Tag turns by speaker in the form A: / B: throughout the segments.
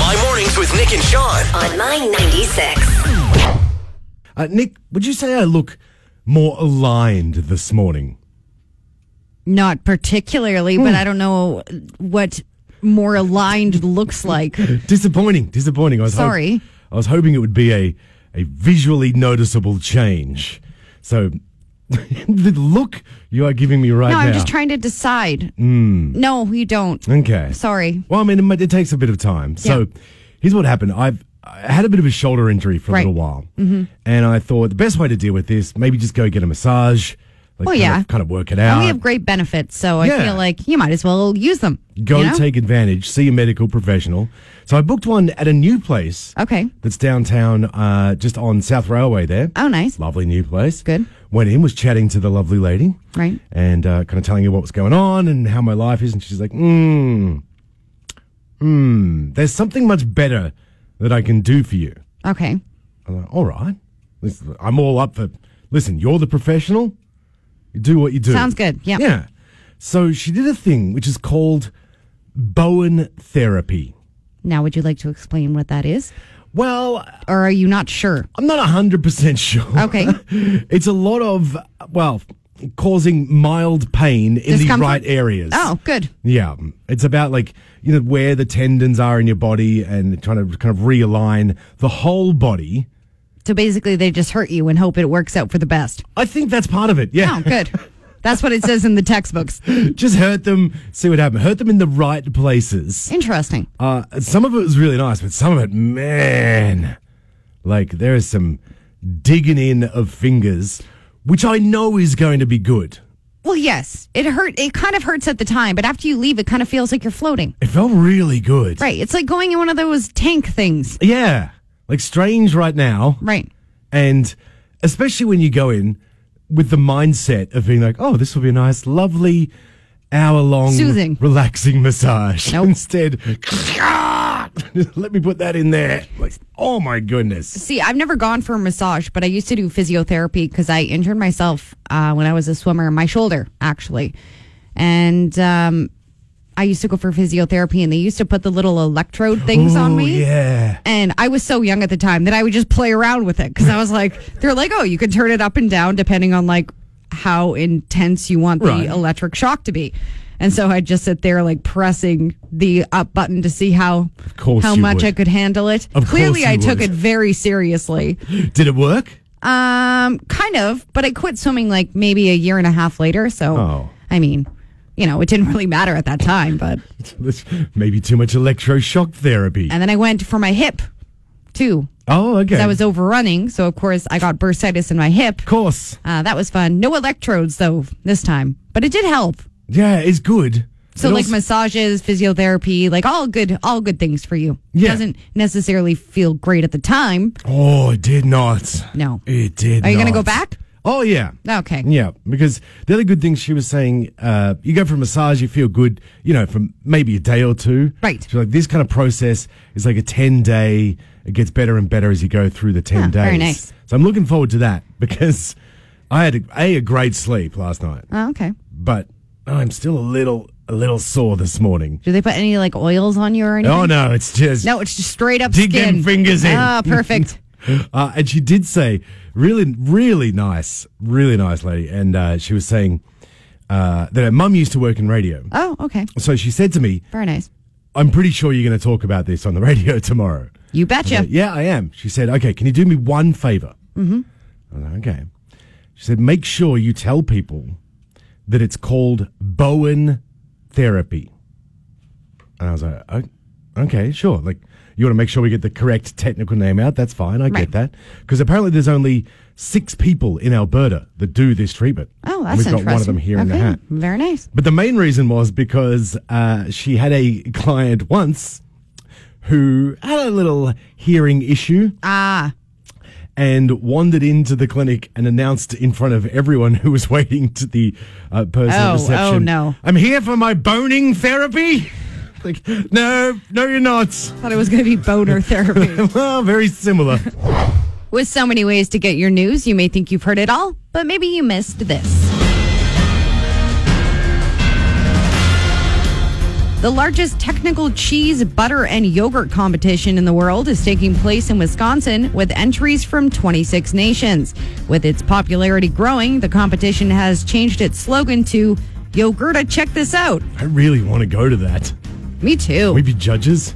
A: Breakfast with Nick and Sean.
B: on my 96.
C: Uh, Nick, would you say I look more aligned this morning?
D: Not particularly,
C: Hmm.
D: but I don't know what more aligned looks like.
C: Disappointing, disappointing. I was hop-
D: Sorry.
C: I was hoping it would be a, a visually noticeable change. So the look you are giving me right
D: No,
C: now.
D: I'm just trying to decide. No, you don't.
C: Hmm. Okay.
D: Sorry.
C: Well, I mean, it, ma- it takes a bit of time. So
D: Yeah.
C: here's what happened. I've I had a bit of a shoulder injury for a
D: Right. Mm-hmm.
C: little while, and I thought the best way to deal with this maybe just go get a massage. Like
D: Well,
C: kind
D: yeah.
C: Of, kind of work it
D: And
C: out.
D: we have great benefits, so I
C: Yeah.
D: feel like you might as well use them.
C: Go
D: you know?
C: take advantage. See a medical professional. So I booked one at a new place.
D: Okay.
C: That's downtown, uh, just on South Railway there.
D: Oh, nice.
C: Lovely new place.
D: Good.
C: Went in, was chatting to the lovely lady.
D: Right.
C: And uh, kind of telling her what was going on and how my life is. And she's like, hmm, hmm, there's something much better that I can do for you.
D: Okay.
C: I'm like, all right. Listen, I'm all up for, listen, you're the professional. You do what you do.
D: Sounds good. Yeah.
C: Yeah. So she did a thing which is called Bowen therapy.
D: Now, would you like to explain what that is?
C: Well,
D: Or are you not sure?
C: I'm not 100% sure.
D: Okay.
C: it's a lot of, well, causing mild pain in
D: Discomfort?
C: the right areas.
D: Oh, good.
C: Yeah. It's about like, you know, where the tendons are in your body and trying to kind of realign the whole body.
D: So basically, they just hurt you and hope it works out for the best.
C: I think that's part of it. Yeah.
D: Oh, good. That's what it says in the textbooks.
C: Just hurt them, see what happens. Hurt them in the right places.
D: Interesting.
C: Uh, some of it was really nice, but some of it, man, like there is some digging in of fingers, which I know is going to be good.
D: Well, yes, it hurt. It kind of hurts at the time, but after you leave, it kind of feels like you're floating.
C: It felt really good.
D: Right. It's like going in one of those tank things.
C: Yeah. Like strange right now.
D: Right.
C: And especially when you go in with the mindset of being like, oh, this will be a nice, lovely, hour long,
D: Soothing.
C: relaxing massage.
D: Nope.
C: Instead, let me put that in there. Like, oh my goodness.
D: See, I've never gone for a massage, but I used to do physiotherapy because I injured myself uh, when I was a swimmer, my shoulder actually, and um, I used to go for physiotherapy, and they used to put the little electrode things on
C: Ooh,
D: me.
C: Oh, yeah.
D: And I was so young at the time that I would just play around with it because I was like, they're like, oh, you can turn it up and down depending on like how intense you want the
C: Right.
D: electric shock to be. And so I'd just sit there like pressing the up button to see how
C: course
D: how
C: you
D: much
C: would.
D: I could handle it.
C: Of course
D: Clearly
C: you
D: I took
C: would.
D: it very seriously.
C: Did it work?
D: Um kind of, but I quit swimming like maybe a year and a half later, so
C: Oh.
D: I mean, you know, it didn't really matter at that time, but
C: Maybe too much electroshock therapy.
D: and then I went for my hip too.
C: oh, okay.
D: I was overrunning, so of course I got bursitis in my hip.
C: of course.
D: Uh, that was fun. No electrodes though this time, but it did help.
C: Yeah, it's good.
D: So
C: It
D: like
C: also-
D: massages, physiotherapy, like all good, all good things for you.
C: Yeah.
D: Doesn't necessarily feel great at the time.
C: Oh, it did not.
D: No.
C: It did
D: Are you gonna
C: not.
D: go back?
C: Oh, yeah.
D: Okay.
C: Yeah, because the other good thing she was saying, uh, you go for a massage, you feel good, you know, for maybe a day or two.
D: Right.
C: So like this kind of process is like a ten day. It gets better and better as you go through the ten
D: Ah,
C: days.
D: very nice.
C: So I'm looking forward to that because I had a, a, a great sleep last night,
D: Oh, okay.
C: but I'm still a little a little sore this morning.
D: Do they put any like oils on you or anything?
C: Oh no, it's just
D: No, it's just straight up
C: Dig
D: skin.
C: them fingers in.
D: Ah, perfect.
C: Uh, and she did say, really, really nice, really nice lady. And uh, she was saying uh, that her mum used to work in radio.
D: oh, okay.
C: So she said to me,
D: Very nice.
C: I'm pretty sure you're going to talk about this on the radio tomorrow.
D: You
C: I
D: betcha.
C: said, yeah, I am. She said, okay, can you do me one favor? Mm-hmm. I was like, okay. She said, make sure you tell people that it's called Bowen therapy. And I was like, "O- okay, sure. Like, you want to make sure we get the correct technical name out? That's fine. I get
D: Right.
C: that. Because apparently there's only six people in Alberta that do this treatment.
D: Oh,
C: And
D: that's
C: We've
D: interesting.
C: got one of them here
D: okay.
C: in the hat.
D: Very nice.
C: But the main reason was because uh, she had a client once who had a little hearing issue
D: Ah,
C: and wandered into the clinic and announced in front of everyone who was waiting to the uh, person
D: Oh,
C: at reception.
D: oh, no.
C: I'm here for my boning therapy. like, no, no, you're not.
D: thought it was going to be boner therapy.
C: well, very similar.
D: With so many ways to get your news, you may think you've heard it all, but maybe you missed this. The largest technical cheese, butter, and yogurt competition in the world is taking place in Wisconsin with entries from 26 nations. With its popularity growing, the competition has changed its slogan to Yogurta, check this out.
C: I really want to go to that.
D: Me too.
C: We be judges?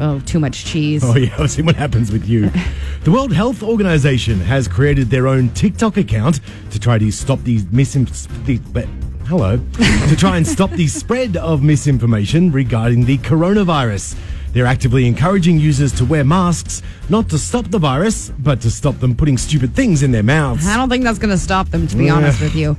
D: oh, too much cheese.
C: Oh, yeah, I'll see what happens with you. the World Health Organization has created their own TikTok account to try to stop these misinformation. Hello. to try and stop the spread of misinformation regarding the coronavirus. They're actively encouraging users to wear masks, not to stop the virus, but to stop them putting stupid things in their mouths.
D: I don't think that's going to stop them, to be honest with you.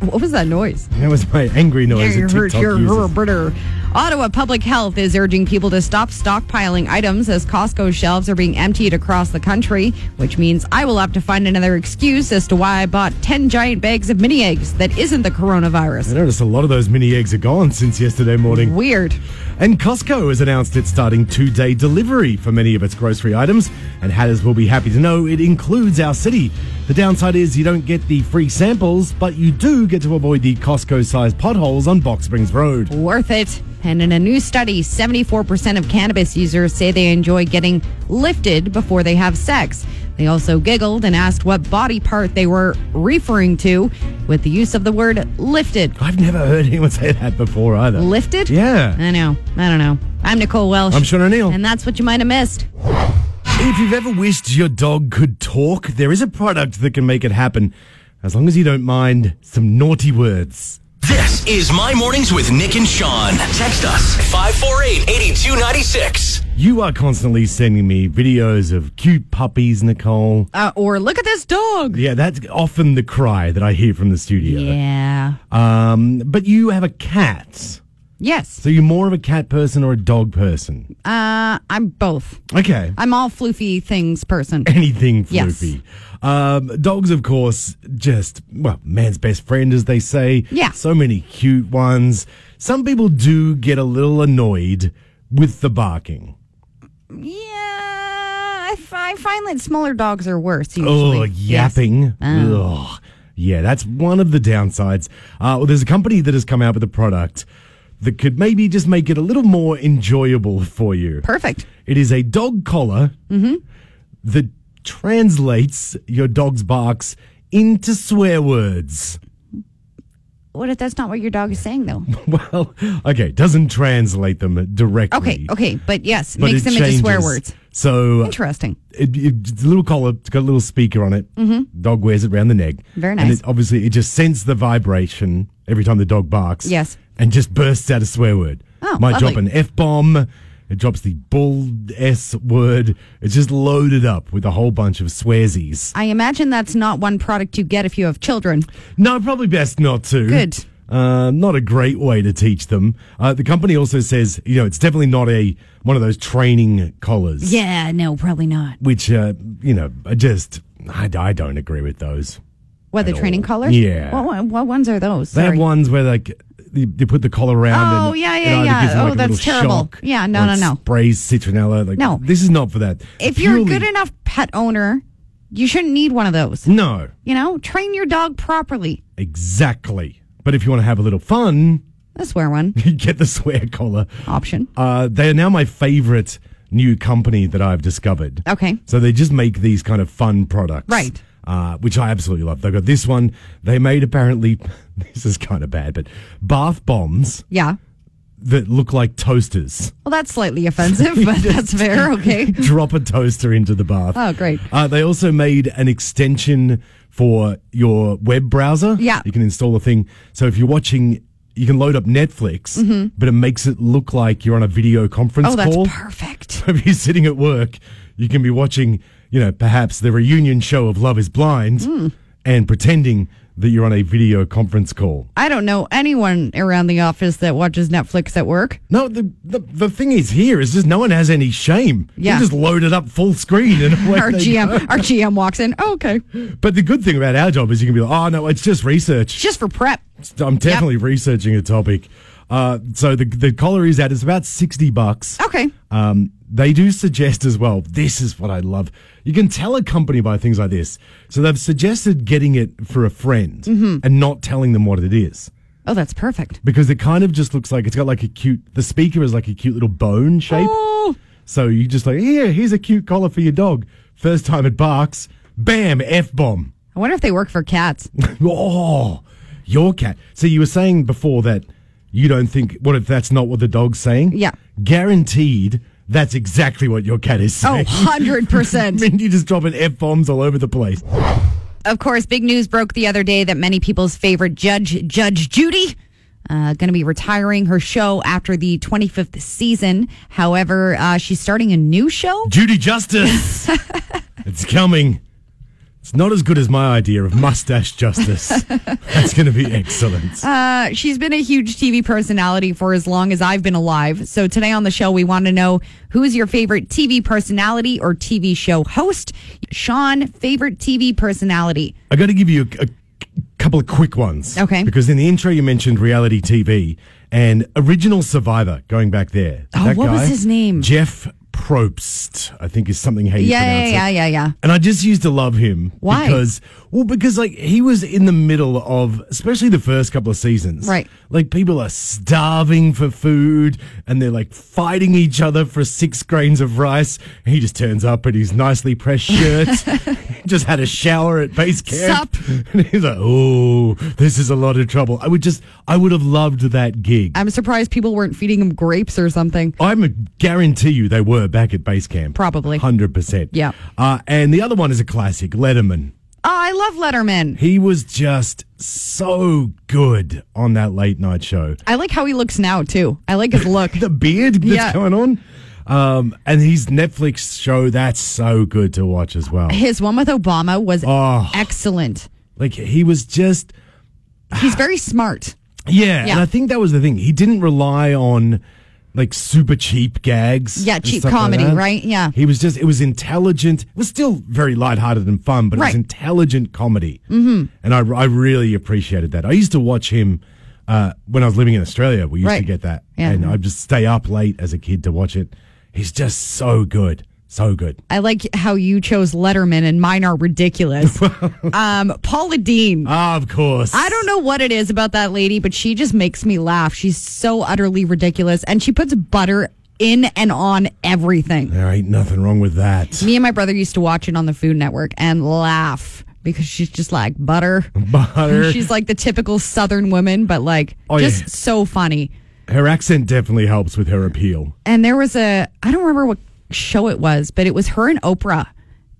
D: What was that noise?
C: That was my angry noise. that
D: Your-
C: TikTok
D: your-
C: uses.
D: your- brr. Ottawa Public Health is urging people to stop stockpiling items as Costco shelves are being emptied across the country, which means I will have to find another excuse as to why I bought 10 giant bags of mini eggs that isn't the
C: I
D: coronavirus.
C: noticed a lot of those mini eggs are gone since yesterday morning.
D: Weird.
C: And Costco has announced it's starting two day delivery for many of its grocery items. And Hatters will be happy to know it includes our city. The downside is you don't get the free samples, but you do get to avoid the Costco sized potholes on Box Springs Road.
D: Worth it. And in a new study, 74% of cannabis users say they enjoy getting lifted before they have sex. They also giggled and asked what body part they were referring to with the use of the word lifted.
C: I've never heard anyone say that before either.
D: Lifted?
C: Yeah.
D: I know. I don't know. I'm Nicole Welsh.
C: I'm Sean O'Neill.
D: And that's what you might have missed.
C: If you've ever wished your dog could talk, there is a product that can make it happen, as long as you don't mind some naughty words.
A: This is My Mornings with Nick and Sean. Text us 548 8296.
C: You are constantly sending me videos of cute puppies, Nicole.
D: Uh, or look at this dog.
C: Yeah, that's often the cry that I hear from the studio.
D: Yeah.
C: Um, but you have a cat.
D: Yes.
C: So you're more of a cat person or a dog person?
D: Uh, I'm both.
C: Okay.
D: I'm all floofy things person.
C: Anything
D: Yes.
C: floofy. Um, dogs, of course, just, well, man's best friend, as they say.
D: Yeah.
C: So many cute ones. Some people do get a little annoyed with the barking.
D: yeah. I, fi- I find that smaller dogs are worse usually. Ah.
C: Oh, yapping. Ugh. Yeah, that's one of the downsides. Uh, well, there's a company that has come out with a product that could maybe just make it a little more enjoyable for you.
D: Perfect.
C: It is a dog collar
D: Mm-hmm.
C: that translates your dog's barks into swear words.
D: What if that's not what your dog is saying though?
C: Well, okay, doesn't translate them directly.
D: Okay. Okay. But yes,
C: but
D: makes
C: it
D: them into swear
C: changes.
D: words.
C: So uh,
D: Interesting.
C: it, it, it's a little collar. It's got a little speaker on it. Mm-hmm. Dog wears it around the neck.
D: Very
C: And
D: nice.
C: it, obviously, it just sends the vibration every time the dog barks.
D: Yes.
C: And just bursts out a swear word.
D: Oh,
C: Might drop
D: lovely.
C: an F bomb. It drops the bull S word. It's just loaded up with a whole bunch of swearsies.
D: I imagine that's not one product you get if you have children.
C: No, probably best not to.
D: Good.
C: Uh, not a great way to teach them. Uh, the company also says, you know, it's definitely not a one of those training collars.
D: Yeah. No, probably not.
C: Which, uh, you know, I just, I, I don't agree with those.
D: What the
C: all.
D: training collars?
C: Yeah.
D: What, one- what ones are those?
C: They have
D: Sorry.
C: ones where like they, they put the collar around.
D: Oh,
C: and,
D: yeah,
C: it
D: yeah,
C: either
D: yeah.
C: gives them,
D: Oh,
C: like, a
D: that's
C: little
D: terrible.
C: shock
D: Yeah, no,
C: or
D: no,
C: it
D: no.
C: Sprays citronella. Like,
D: No.
C: this is not for that.
D: if you're a
C: Purely-
D: good enough pet owner, you shouldn't need one of those.
C: no,
D: You know, train your dog properly.
C: exactly. But if you want to have a little fun,
D: That's where one
C: you get the swear collar.
D: option.
C: Uh, they are now my favorite new company that I've discovered.
D: Okay.
C: So they just make these kind of fun products.
D: Right.
C: Uh, which I absolutely love. They've got this one. They made apparently, this is kind of bad, but bath bombs
D: Yeah.
C: that look like toasters.
D: Well, that's slightly offensive, but that's fair. Okay.
C: drop a toaster into the bath.
D: Oh, great.
C: Uh, they also made an extension for your web browser.
D: Yeah.
C: You can install a thing. So if you're watching, you can load up Netflix, but it makes it look like you're on a video conference
D: Mm-hmm. Oh, that's
C: call.
D: perfect.
C: if you're sitting at work, you can be watching, you know, perhaps the reunion show of Love is Blind
D: Hmm.
C: and pretending that you're on a video conference call.
D: I don't know anyone around the office that watches Netflix at work.
C: No, the, the the thing is here is just no one has any shame.
D: Yeah.
C: You just load it up full screen and away
D: Our
C: they go.
D: GM, our GM walks in. Oh, okay.
C: But the good thing about our job is you can be like, oh, no, it's just research.
D: Just for prep.
C: I'm definitely researching a topic. Uh, so the, the collar is at, it's about 60 bucks.
D: Okay.
C: Um, they do suggest as well, this is what I love. You can tell a company by things
D: Mm-hmm.
C: like this. So they've suggested getting it for a friend and not telling them what it is.
D: Oh, that's perfect.
C: because it kind of just looks like it's got like a cute. The speaker is like a cute little bone shape.
D: Oh,
C: So you just like here, here's a cute collar for your dog. First time it barks, bam, f bomb.
D: I wonder if they work for cats.
C: oh, your cat. So you were saying before that you don't think. What if that's not what the dog's saying?
D: Yeah.
C: guaranteed. That's exactly what your cat is
D: Oh,
C: saying.
D: 100%.
C: I mean, you just dropping f bombs all over the place.
D: Of course, big news broke the other day that many people's favorite judge, Judge Judy, uh, going to be retiring her show after the 25th season. However, uh, she's starting a new show.
C: Judy Justice. it's coming. It's not as good as my idea of mustache justice. That's going to be excellent.
D: Uh, she's been a huge TV personality for as long as I've been alive. So today on the show, we want to know who's your favorite TV personality or TV show host? Sean, favorite TV personality.
C: I got to give you a, a couple of quick ones.
D: Okay.
C: Because in the intro, you mentioned reality TV and original survivor going back there.
D: Oh, what was his name?
C: Jeff Probst, I think is something how you
D: Yeah,
C: pronounce
D: yeah,
C: it.
D: yeah, yeah, yeah.
C: And I just used to love him.
D: Why?
C: Because, well, because like he was in the middle of, especially the first couple of seasons.
D: Right.
C: Like people are starving for food and they're like fighting each other for six grains of rice. And he just turns up in his nicely pressed shirt. just had a shower at base camp. And he's like, oh, this is a lot of trouble. I would just, I would have loved that gig.
D: I'm surprised people weren't feeding him grapes or something.
C: I'm a guarantee you they were back at base camp.
D: Probably.
C: 100%.
D: Yeah.
C: Uh, and the other one is a classic, Letterman.
D: Oh, I love Letterman.
C: He was just so good on that late night show.
D: I like how he looks now, too. I like his look.
C: The beard that's
D: Yeah.
C: going on. Um, and his Netflix show, that's so good to watch as well.
D: His one with Obama was
C: Oh.
D: excellent.
C: Like, he was just,
D: He's very smart.
C: yeah,
D: Yeah.
C: And I think that was the thing. He didn't rely on like super cheap gags.
D: Yeah,
C: and
D: cheap
C: stuff like
D: comedy,
C: that.
D: right? Yeah.
C: He was just, it was intelligent. It was still very lighthearted and fun, but it was
D: Right.
C: intelligent comedy. Mm-hmm. And I, I really appreciated that. I used to watch him uh, when I was living in Australia. We used to
D: Right.
C: get that.
D: Yeah.
C: And I'd just stay up late as a kid to watch it. He's just so good. So good.
D: I like how you chose Letterman and mine are ridiculous. um, Paula Dean.
C: Ah, of course.
D: I don't know what it is about that lady, but she just makes me laugh. She's so utterly ridiculous and she puts butter in and on everything.
C: There ain't nothing wrong with that.
D: Me and my brother used to watch it on the Food Network and laugh because she's just like butter.
C: Butter.
D: She's like the typical Southern woman, but like
C: Oh,
D: just
C: yeah.
D: so funny.
C: Her accent definitely helps with her appeal.
D: and there was a I don't remember what show it was, but it was her and Oprah,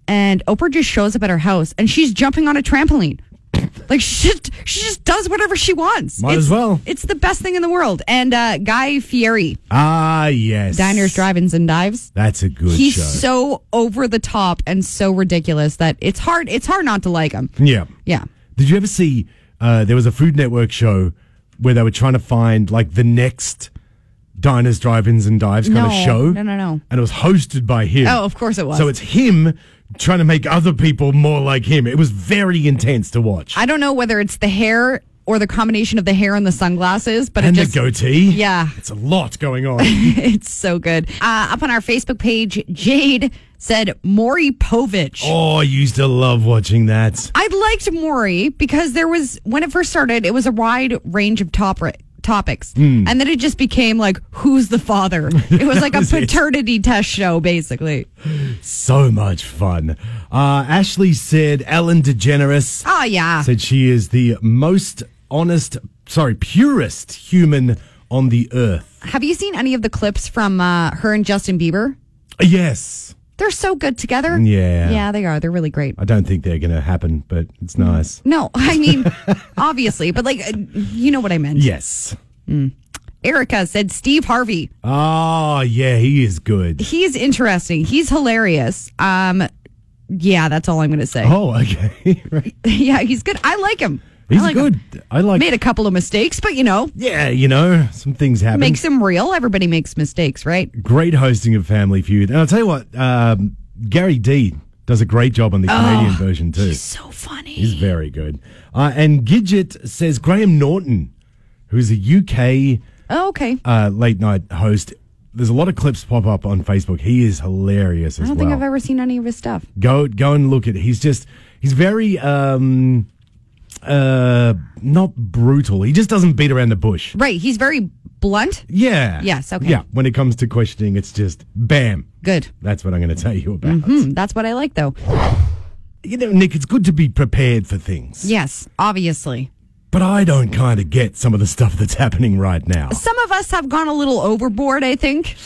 D: and Oprah just shows up at her house and she's jumping on a trampoline. Like she just, she just does whatever she wants.
C: Might
D: it's,
C: as well.
D: It's the best thing in the world. And uh, Guy Fieri,
C: Ah, yes.
D: Diners, Drive-ins, and Dives.
C: That's a good
D: He's
C: show.
D: so over the top and so ridiculous that it's hard. It's hard not to like him.
C: yeah.
D: Yeah.
C: Did you ever see? Uh, there was a Food Network show where they were trying to find like the next diners, drive-ins, and dives kind of
D: No,
C: show.
D: no, no, no.
C: And it was hosted by him.
D: Oh, of course it was.
C: So it's him trying to make other people more like him. It was very intense to watch.
D: I don't know whether it's the hair or the combination of the hair and the sunglasses, but
C: and
D: it just
C: the goatee.
D: Yeah.
C: it's a lot going on.
D: It's so good. Uh, up on our Facebook page, Jade said Maury Povich.
C: oh, I used to love watching that.
D: I liked Maury because there was when it first started, it was a wide range of top topics,
C: Hmm.
D: and then it just became like, "Who's the father?" It was like a
C: was it.
D: paternity test show, basically.
C: So much fun. Uh, Ashley said Ellen DeGeneres.
D: Oh yeah,
C: said she is the most honest, sorry, purest human on the earth.
D: have you seen any of the clips from uh, her and Justin Bieber?
C: Uh, Yes.
D: They're so good together.
C: Yeah.
D: yeah, they are. They're really great.
C: I don't think they're going to happen, but it's
D: Mm.
C: nice.
D: No, I mean, obviously, but like, uh, you know what I meant.
C: Yes.
D: Erica said Steve Harvey.
C: Oh, yeah, he is good.
D: he's interesting. He's hilarious. Um, yeah, that's all I'm gonna say.
C: Oh, okay. right.
D: yeah, he's good. I like him. I
C: He's
D: like
C: good.
D: him.
C: I like
D: Made a couple of mistakes, but you know,
C: Yeah, you know, some things happen.
D: makes him real. Everybody makes mistakes, right?
C: great hosting of Family Feud. And I'll tell you what, um, Gary D does a great job on the
D: Oh.
C: Canadian version too.
D: He's so funny.
C: He's very good. Uh, and Gidget says Graham Norton, who's a UK
D: oh, okay. I
C: uh, late night host. There's a lot of clips pop up on Facebook. He is hilarious as
D: don't
C: well.
D: think I've ever seen any of his stuff.
C: go go and look at. He's just he's very um uh, not brutal. He just doesn't beat around the bush.
D: Right. He's very blunt.
C: Yeah.
D: Yes, okay.
C: Yeah. When it comes to questioning, it's just bam.
D: Good.
C: That's what I'm going to tell you about.
D: Hmm, that's what I like, though.
C: You know, Nick, it's good to be prepared for things,
D: Yes, obviously.
C: but I don't kind of get some of the stuff that's happening right now.
D: Some of us have gone a little overboard, I think.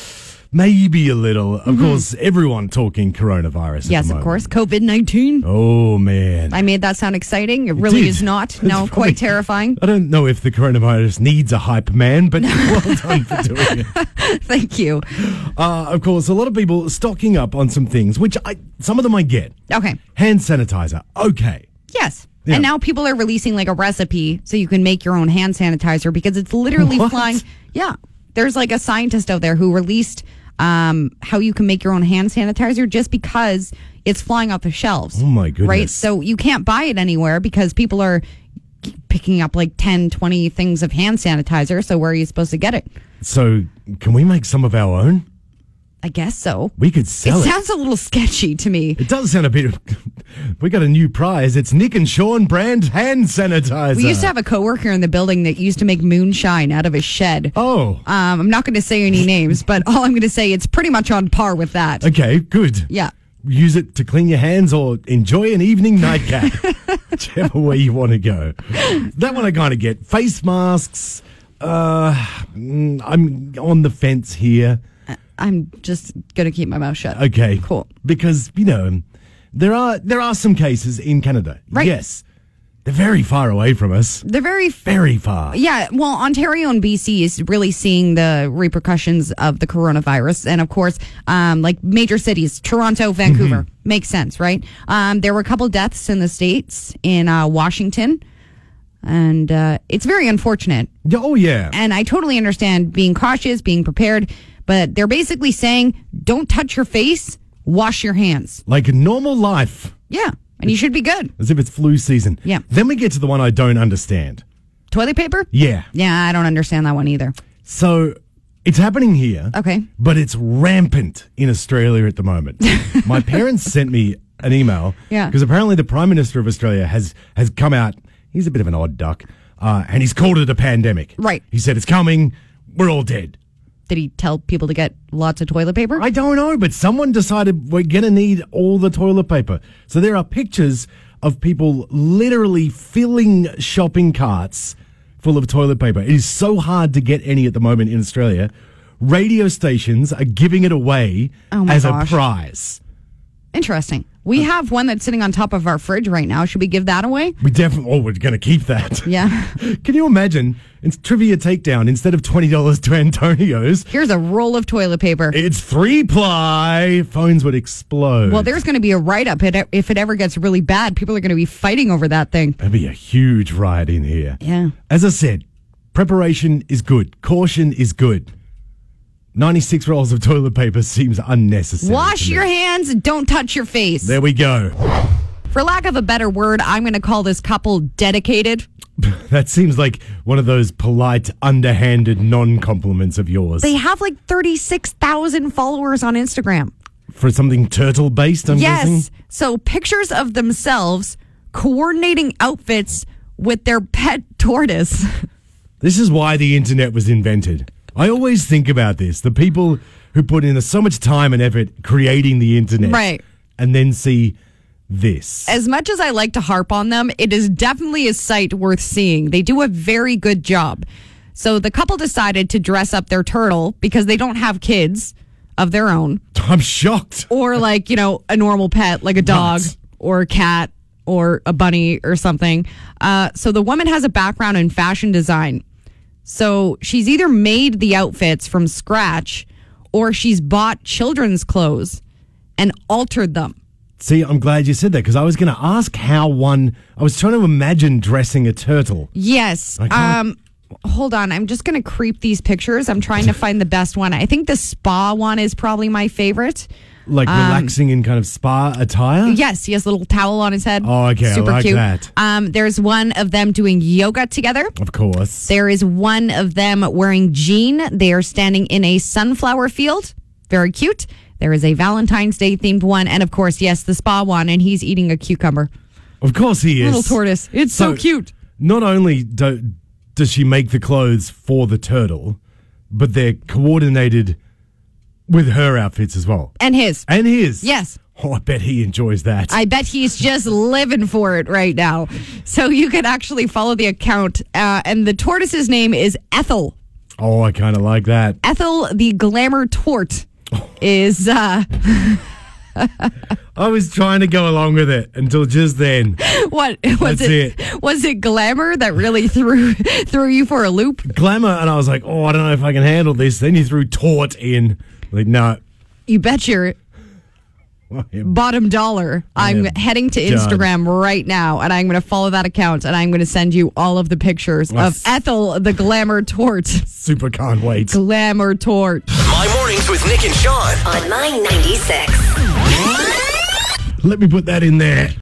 C: Maybe a little. Of course, everyone talking coronavirus. at
D: Mm-hmm. Yes,
C: the moment.
D: of course. COVID 19.
C: Oh man.
D: I made that sound exciting. It really
C: did.
D: is not.
C: It's
D: No,
C: probably-
D: quite terrifying.
C: I don't know if the coronavirus needs a hype man, but well done for doing it.
D: Thank you.
C: Uh, of course, a lot of people stocking up on some things, which I some of them I get.
D: Okay.
C: Hand sanitizer, okay.
D: Yes.
C: Yeah.
D: And now people are releasing like a recipe so you can make your own hand sanitizer because it's literally
C: What?
D: flying. Yeah. There's like a scientist out there who released um, how you can make your own hand sanitizer just because it's flying off the shelves.
C: Oh, my
D: Right?
C: goodness.
D: So you can't buy it anywhere because people are picking up like 10, 20 things of hand sanitizer. So where are you supposed to get it?
C: So, can we make some of our own?
D: I guess so.
C: We could sell
D: it
C: it.
D: sounds a little sketchy to me.
C: it does sound a bit. Of, we got a new prize. It's Nick and Sean brand hand sanitizer.
D: We used to have a coworker in the building that used to make moonshine out of his shed.
C: Oh,
D: Um, I'm not going to say any names, but all I'm going to say it's pretty much on par with that.
C: okay, good.
D: Yeah.
C: Use it to clean your hands or enjoy an evening nightcap, whichever way you want to go. That one I kind of get. Face masks. Uh, mm, I'm on the fence here.
D: I'm just going to keep my mouth shut.
C: Okay.
D: Cool.
C: Because, you know, there are there are some cases in Canada.
D: Right.
C: Yes. They're very far away from us.
D: They're very. F-
C: Very far.
D: yeah, well, Ontario and BC is really seeing the repercussions of the coronavirus, and of course, um, like major cities, Toronto, Vancouver, makes sense, right? Um, there were a couple deaths in the states in uh, Washington, and uh, it's very unfortunate.
C: Yeah, Oh yeah.
D: and I totally understand being cautious, being prepared, but they're basically saying don't touch your face, wash your hands.
C: like normal life.
D: Yeah, and you should be good.
C: As if it's flu season.
D: Yeah.
C: Then we get to the one I don't understand.
D: Toilet paper?
C: Yeah.
D: Yeah, I don't understand that one either.
C: So it's happening here.
D: Okay.
C: But it's rampant in Australia at the moment. My parents sent me an email.
D: Yeah.
C: Because apparently the Prime Minister of Australia has has come out. He's a bit of an odd duck, uh, and he's called it a pandemic.
D: Right.
C: He said it's coming. We're all dead.
D: Did he tell people to get lots of toilet paper?
C: I don't know, but someone decided we're gonna need all the toilet paper. So there are pictures of people literally filling shopping carts full of toilet paper. It is so hard to get any at the moment in Australia. Radio stations are giving it away
D: Oh my
C: as
D: gosh.
C: a prize.
D: Interesting. We have one that's sitting on top of our fridge right now. Should we give that away?
C: We definitely, oh, we're going to keep that.
D: Yeah.
C: Can you imagine? It's trivia takedown. Instead of $20 to Antonio's,
D: Here's a roll of toilet paper.
C: it's three ply. Phones would explode.
D: Well, there's going to be a write up if it ever gets really bad. People are going to be fighting over that thing.
C: That'd be a huge riot in here.
D: Yeah.
C: As I said, preparation is good, caution is good. 96 rolls of toilet paper seems unnecessary.
D: Wash
C: to me.
D: your hands, don't touch your face.
C: There we go.
D: For lack of a better word, I'm going to call this couple dedicated.
C: That seems like one of those polite, underhanded non compliments of yours.
D: They have like 36,000 followers on Instagram.
C: For something turtle based, I'm
D: yes.
C: guessing?
D: So pictures of themselves coordinating outfits with their pet tortoise.
C: This is why the internet was invented. I always think about this. The people who put in so much time and effort creating the internet.
D: Right.
C: And then see this.
D: As much as I like to harp on them, it is definitely a sight worth seeing. They do a very good job. So the couple decided to dress up their turtle because they don't have kids of their own.
C: I'm shocked.
D: or like you know a normal pet like a dog
C: Dogs.
D: or a cat or a bunny or something uh, so the woman has a background in fashion design so she's either made the outfits from scratch or she's bought children's clothes and altered them
C: See, I'm glad you said that because I was going to ask how one. I was trying to imagine dressing a turtle.
D: yes
C: I can't-
D: um hold on i'm just gonna creep these pictures i'm trying to find the best one i think the spa one is probably my favorite
C: Like
D: Um,
C: relaxing in kind of spa attire?
D: Yes, he has a little towel on his head.
C: Oh, okay, I
D: super
C: like
D: cute.
C: that.
D: Um, there's one of them doing yoga together.
C: Of course.
D: There is one of them wearing jean. They are standing in a sunflower field. Very cute. There is a Valentine's Day themed one, and of course, yes, the spa one, and he's eating a cucumber.
C: Of course he is.
D: Little tortoise. It's so cute.
C: Not only do, does she make the clothes for the turtle, but they're coordinated with her outfits as well.
D: And his.
C: And his.
D: Yes.
C: Oh, I bet he enjoys that.
D: I bet he's just living for it right now. So you can actually follow the account. Uh, and the tortoise's name is Ethel.
C: oh, I kind of like that.
D: Ethel, the glamour tort,
C: Oh.
D: is. Uh,
C: I was trying to go along with it until just then.
D: What was
C: That's
D: it, Was it glamour that really threw threw you for a loop?
C: Glamour, and I was like, oh, I don't know if I can handle this. Then you threw tort in. Like, no.
D: You bet your
C: I am-
D: bottom dollar. I'm
C: am
D: heading to
C: done.
D: Instagram right now, and I'm going to follow that account, and I'm going to send you all of the pictures
C: Yes.
D: of Ethel, the glamour tort,
C: Super can't wait.
D: glamour tort.
A: My mornings with Nick and Sean.
B: On My 96.
C: Let me put that in there.